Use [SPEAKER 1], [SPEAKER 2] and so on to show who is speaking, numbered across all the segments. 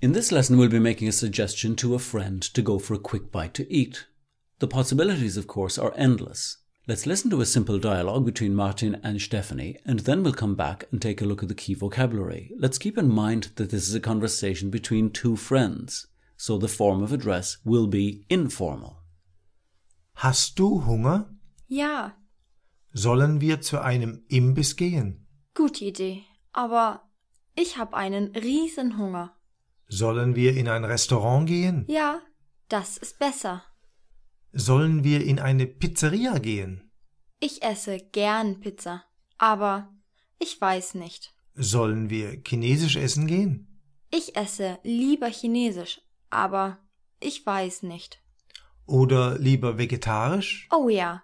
[SPEAKER 1] In this lesson, we'll be making a suggestion to a friend to go for a quick bite to eat. The possibilities, of course, are endless. Let's listen to a simple dialogue between Martin and Stephanie, and then we'll come back and take a look at the key vocabulary. Let's keep in mind that this is a conversation between two friends, so the form of address will be informal.
[SPEAKER 2] Hast du Hunger?
[SPEAKER 3] Ja,
[SPEAKER 2] Sollen wir zu einem Imbiss gehen?
[SPEAKER 3] gute Idee. Aber ich habe einen riesen Hunger.
[SPEAKER 2] Sollen wir in ein Restaurant gehen?
[SPEAKER 3] Ja, das ist besser.
[SPEAKER 2] Sollen wir in eine Pizzeria gehen?
[SPEAKER 3] Ich esse gern Pizza. Aber ich weiß nicht.
[SPEAKER 2] Sollen wir chinesisch essen gehen?
[SPEAKER 3] Ich esse lieber Chinesisch. Aber ich weiß nicht.
[SPEAKER 2] Oder lieber vegetarisch?
[SPEAKER 3] Oh ja,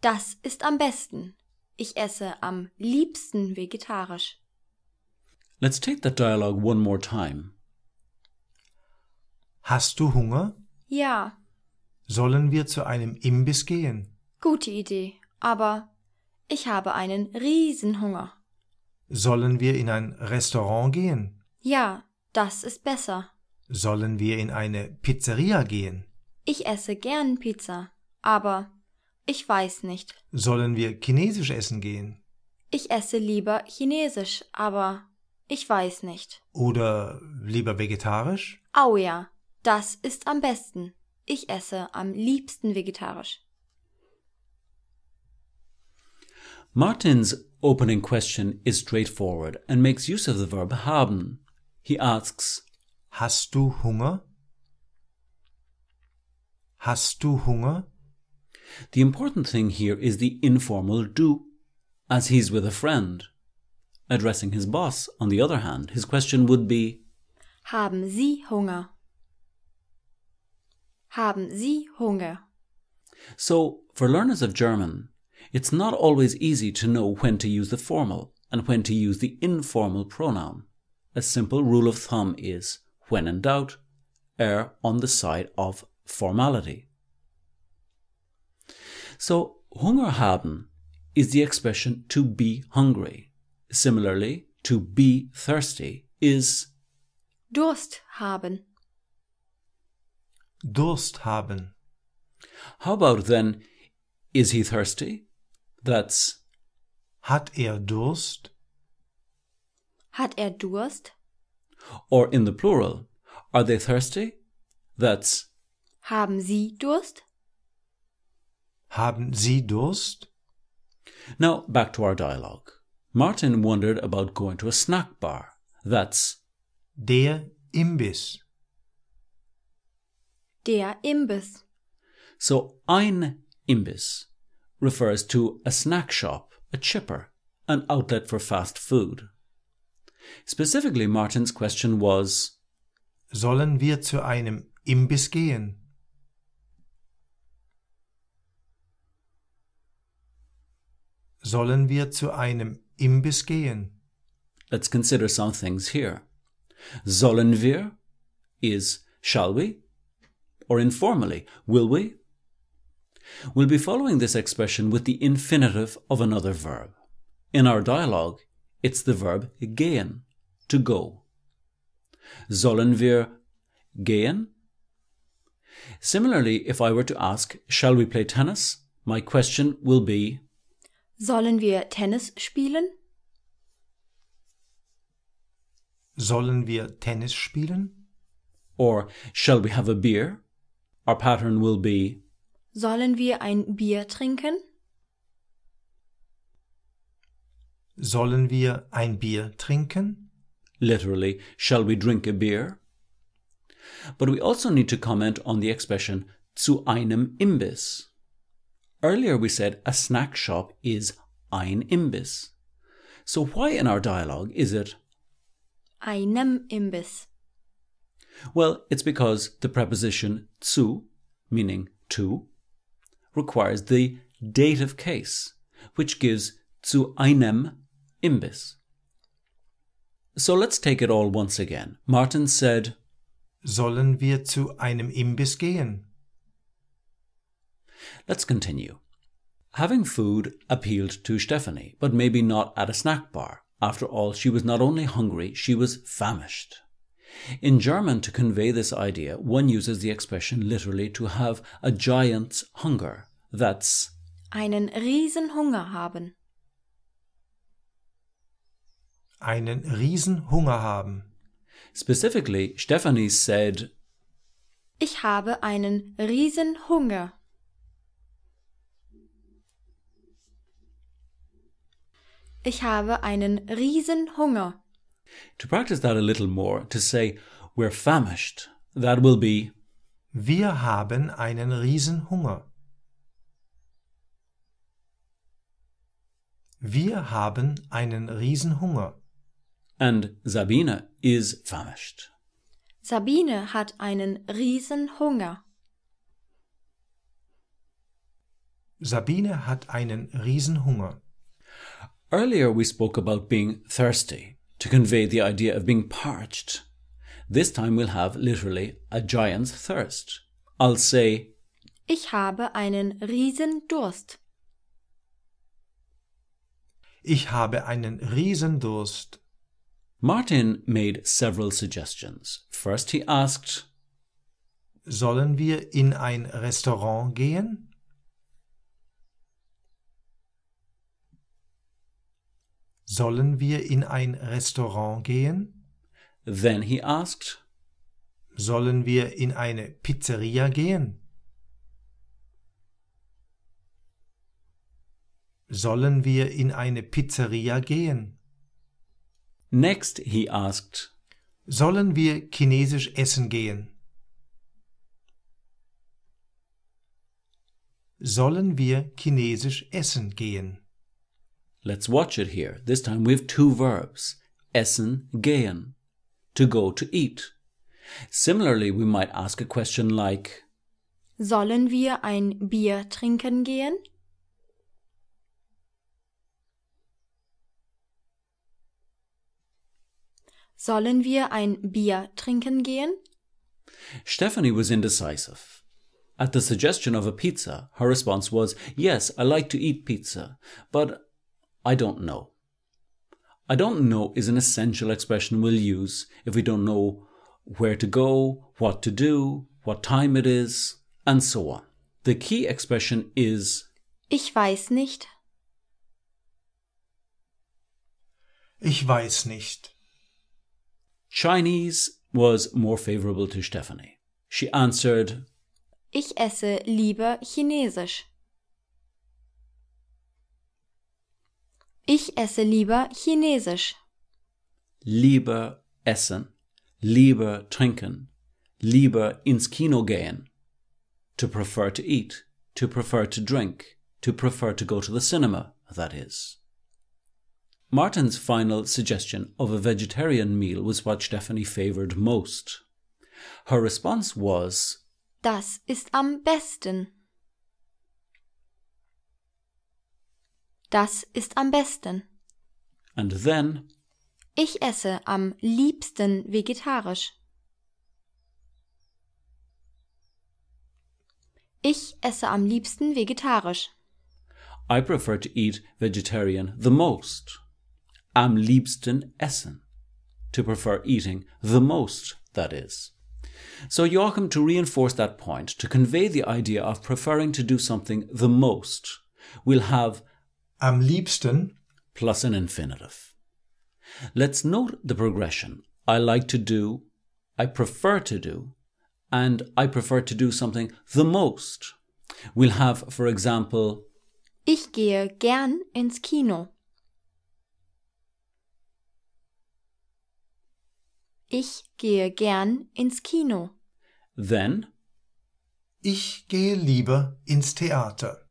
[SPEAKER 3] das ist am besten. Ich esse am liebsten vegetarisch.
[SPEAKER 1] Let's take that dialogue one more time.
[SPEAKER 2] Hast du Hunger?
[SPEAKER 3] Ja,
[SPEAKER 2] Sollen wir zu einem Imbiss gehen?
[SPEAKER 3] gute Idee. Aber ich habe einen riesen Hunger.
[SPEAKER 2] Sollen wir in ein Restaurant gehen?
[SPEAKER 3] Ja, das ist besser.
[SPEAKER 2] Sollen wir in eine Pizzeria gehen?
[SPEAKER 3] Ich esse gern Pizza, aber ich weiß nicht.
[SPEAKER 2] Sollen wir chinesisch essen gehen?
[SPEAKER 3] Ich esse lieber Chinesisch, aber ich weiß nicht.
[SPEAKER 2] Oder lieber vegetarisch?
[SPEAKER 3] Au ja, das ist am besten. Ich esse am liebsten vegetarisch.
[SPEAKER 1] Martin's opening question is straightforward and makes use of the verb haben. He asks,
[SPEAKER 2] Hast du Hunger? Hast du Hunger?
[SPEAKER 1] The important thing here is the informal do, as he's with a friend. Addressing his boss, on the other hand, his question would be,
[SPEAKER 3] Haben Sie Hunger? Haben Sie Hunger?
[SPEAKER 1] So, for learners of German, it's not always easy to know when to use the formal and when to use the informal pronoun. A simple rule of thumb is when in doubt, err on the side of formality. So, Hunger haben is the expression to be hungry. Similarly, to be thirsty is
[SPEAKER 3] Durst haben.
[SPEAKER 2] Durst haben.
[SPEAKER 1] How about then, is he thirsty? That's
[SPEAKER 2] Hat er Durst?
[SPEAKER 3] Hat er Durst?
[SPEAKER 1] or in the plural, are they thirsty? That's
[SPEAKER 3] Haben Sie Durst?
[SPEAKER 2] Haben Sie Durst?
[SPEAKER 1] now back to our dialogue. Martin wondered about going to a snack bar. That's
[SPEAKER 2] Der Imbiss.
[SPEAKER 3] Der Imbiss.
[SPEAKER 1] so ein Imbiss refers to a snack shop, a chipper, an outlet for fast food. Specifically, Martin's question was
[SPEAKER 2] Sollen wir zu einem Imbiss gehen? Sollen wir zu einem Imbiss gehen?
[SPEAKER 1] Let's consider some things here. Sollen wir is shall we? Or informally, will we? We'll be following this expression with the infinitive of another verb. In our dialogue, it's the verb gehen, to go. Sollen wir gehen? Similarly, if I were to ask, shall we play tennis? My question will be,
[SPEAKER 3] Sollen wir Tennis spielen?
[SPEAKER 2] Sollen wir Tennis spielen?
[SPEAKER 1] or shall we have a beer? Our pattern will be,
[SPEAKER 3] Sollen wir ein Bier trinken?
[SPEAKER 2] Sollen wir ein Bier trinken?
[SPEAKER 1] literally, shall we drink a beer? But we also need to comment on the expression zu einem Imbiss. Earlier we said a snack shop is ein Imbiss. So why in our dialogue is it?
[SPEAKER 3] Einem Imbiss.
[SPEAKER 1] Well, it's because the preposition zu, meaning to, requires the dative case, which gives zu einem Imbiss. So let's take it all once again. Martin said,
[SPEAKER 2] Sollen wir zu einem Imbiss gehen?
[SPEAKER 1] Let's continue. Having food appealed to Stephanie, but maybe not at a snack bar. After all, she was not only hungry, she was famished. In German, to convey this idea, one uses the expression literally to have a giant's hunger. That's
[SPEAKER 3] Einen riesen Hunger haben.
[SPEAKER 2] Einen riesen Hunger haben.
[SPEAKER 1] specifically, Stephanie said,
[SPEAKER 3] Ich habe einen riesen Hunger. Ich habe einen riesen Hunger.
[SPEAKER 1] to practice that a little more, to say, we're famished. That will be
[SPEAKER 2] Wir haben einen riesen Hunger. Wir haben einen riesen Hunger.
[SPEAKER 1] and Sabina is famished.
[SPEAKER 3] Sabine hat einen riesen Hunger.
[SPEAKER 2] Sabine hat einen riesen Hunger.
[SPEAKER 1] Earlier we spoke about being thirsty to convey the idea of being parched. This time we'll have literally a giant's thirst. I'll say,
[SPEAKER 3] Ich habe einen riesen Durst.
[SPEAKER 2] Ich habe einen riesen Durst.
[SPEAKER 1] Martin made several suggestions. First, he asked,
[SPEAKER 2] Sollen wir in ein Restaurant gehen? Sollen wir in ein Restaurant gehen?
[SPEAKER 1] then he asked,
[SPEAKER 2] Sollen wir in eine Pizzeria gehen? Sollen wir in eine Pizzeria gehen?
[SPEAKER 1] next, he asked,
[SPEAKER 2] Sollen wir chinesisch essen gehen? Sollen wir chinesisch essen gehen?
[SPEAKER 1] let's watch it here. This time we have two verbs, essen, gehen, to go, to eat. Similarly, we might ask a question like,
[SPEAKER 3] Sollen wir ein Bier trinken gehen? Sollen wir ein Bier trinken gehen?
[SPEAKER 1] Stephanie was indecisive. At the suggestion of a pizza, her response was, Yes, I like to eat pizza, but I don't know. I don't know is an essential expression we'll use if we don't know where to go, what to do, what time it is, and so on. The key expression is
[SPEAKER 3] Ich weiß nicht.
[SPEAKER 2] Ich weiß nicht.
[SPEAKER 1] Chinese was more favorable to Stephanie. She answered,
[SPEAKER 3] Ich esse lieber Chinesisch. Ich esse lieber Chinesisch.
[SPEAKER 1] lieber essen, lieber trinken, lieber ins Kino gehen, to prefer to eat, to prefer to drink, to prefer to go to the cinema, that is. Martin's final suggestion of a vegetarian meal was what Stephanie favored most. Her response was,
[SPEAKER 3] Das ist am besten. Das ist am besten.
[SPEAKER 1] and then,
[SPEAKER 3] Ich esse am liebsten vegetarisch. Ich esse am liebsten vegetarisch.
[SPEAKER 1] I prefer to eat vegetarian the most. Am liebsten essen. To prefer eating the most, that is. So Joachim, to reinforce that point, to convey the idea of preferring to do something the most, we'll have
[SPEAKER 2] Am liebsten,
[SPEAKER 1] plus an infinitive. Let's note the progression. I like to do, I prefer to do, and I prefer to do something the most. We'll have, for example,
[SPEAKER 3] Ich gehe gern ins Kino. Ich gehe gern ins Kino.
[SPEAKER 1] then,
[SPEAKER 2] ich gehe lieber ins Theater.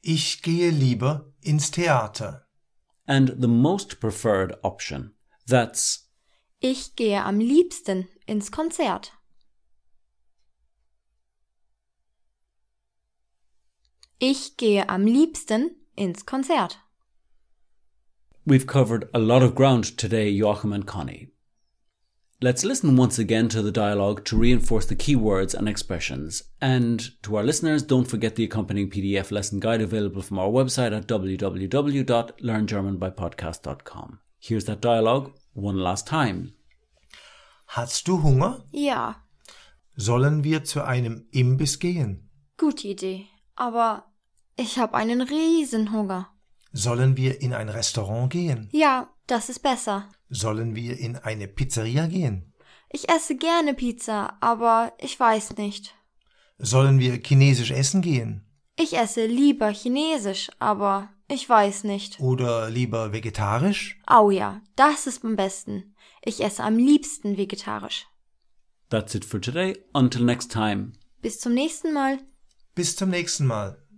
[SPEAKER 2] Ich gehe lieber ins Theater.
[SPEAKER 1] and the most preferred option. That's
[SPEAKER 3] Ich gehe am liebsten ins Konzert. Ich gehe am liebsten ins Konzert.
[SPEAKER 1] we've covered a lot of ground today, Joachim and Connie. Let's listen once again to the dialogue to reinforce the key words and expressions. And to our listeners, don't forget the accompanying PDF lesson guide available from our website at www.learngermanbypodcast.com. Here's that dialogue one last time.
[SPEAKER 2] Hast du Hunger?
[SPEAKER 3] Ja,
[SPEAKER 2] Sollen wir zu einem Imbiss gehen?
[SPEAKER 3] gute Idee. Aber ich habe einen riesen Hunger.
[SPEAKER 2] Sollen wir in ein Restaurant gehen?
[SPEAKER 3] Ja, das ist besser.
[SPEAKER 2] Sollen wir in eine Pizzeria gehen?
[SPEAKER 3] Ich esse gerne Pizza, aber ich weiß nicht.
[SPEAKER 2] Sollen wir chinesisch essen gehen?
[SPEAKER 3] Ich esse lieber Chinesisch, aber ich weiß nicht.
[SPEAKER 2] Oder lieber vegetarisch?
[SPEAKER 3] Au ja, das ist am besten. Ich esse am liebsten vegetarisch.
[SPEAKER 1] That's it for today. Until next time.
[SPEAKER 3] Bis zum nächsten Mal.
[SPEAKER 2] Bis zum nächsten Mal.